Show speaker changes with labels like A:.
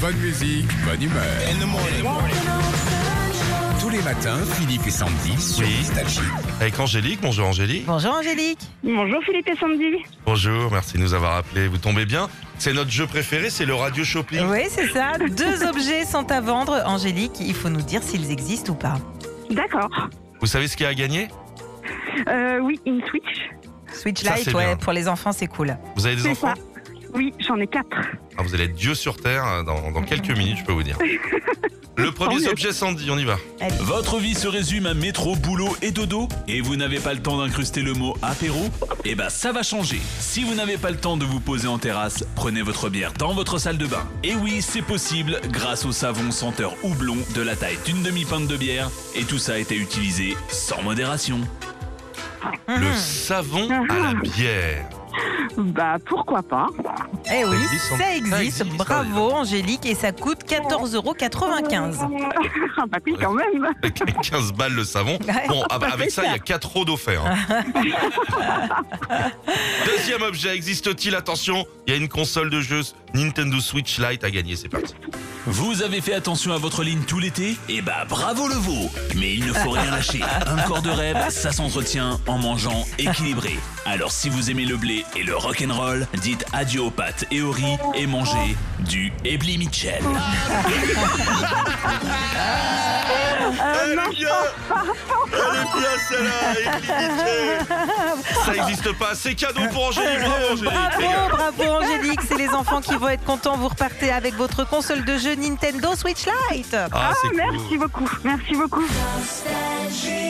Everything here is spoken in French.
A: Bonne musique, bonne humeur. Tous les matins, Philippe et Sandy sur
B: Oui.
A: Nostalgie.
B: Avec Angélique, bonjour Angélique.
C: Bonjour Angélique.
D: Bonjour Philippe et Sandy.
B: Bonjour, merci de nous avoir appelés. Vous tombez bien. C'est notre jeu préféré, c'est le radio shopping.
C: Oui, c'est ça. Deux objets sont à vendre. Angélique, il faut nous dire s'ils existent ou pas.
D: D'accord.
B: Vous savez ce qu'il y a à gagner
D: Euh, oui, une Switch.
C: Switch
B: Ça,
C: Lite,
B: c'est
C: ouais,
B: bien.
C: pour les enfants, c'est cool.
B: Vous avez des
D: C'est
B: enfants
D: ça. Oui, j'en ai quatre.
B: Ah, Vous allez être Dieu sur Terre euh, dans, dans quelques minutes, je peux vous dire. Le
D: Tant
B: premier
D: mieux.
B: objet, Sandy, on y va.
E: Votre vie se résume à métro, boulot et dodo et vous n'avez pas le temps d'incruster le mot apéro Eh ben ça va changer. Si vous n'avez pas le temps de vous poser en terrasse, prenez votre bière dans votre salle de bain. Et oui, c'est possible grâce au savon senteur houblon de la taille d'une demi-pinte de bière et tout ça a été utilisé sans modération.
B: Le savon à la bière.
D: Bah, pourquoi pas
C: Eh oui,
B: existe, hein.
C: ça
B: ça
C: existe.
B: existe, ça, dis
C: Bravo Angélique. Et ça coûte 14,95 euros.
D: Ah, bah, puis quand même.
B: Avec 15 balles le savon.
C: Ouais.
B: Bon, ah bah, avec ça, il y a 4 euros d'offert. hein. Deuxième objet, existe-t-il Attention, il y a une console de jeu Nintendo Switch Lite à gagner, c'est parti.
E: Vous avez fait attention à votre ligne tout l'été Eh bah bravo le veau Mais il ne faut rien lâcher. Un corps de rêve, ça s'entretient en mangeant équilibré. Alors si vous aimez le blé et le rock'n'roll, dites adieu aux pâtes et au riz et mangez du Ebli Mitchell.
B: Elle est bien Elle est bien celle-là Elle est Ça existe pas, c'est cadeau pour Angélique, bravo Angélique les gars.
C: Bravo, bravo Angélique. C'est les enfants qui vont être contents. Vous repartez avec votre console de jeu Nintendo Switch Lite.
B: Ah, c'est cool.
D: Merci beaucoup. Merci beaucoup.
F: Nostalgie.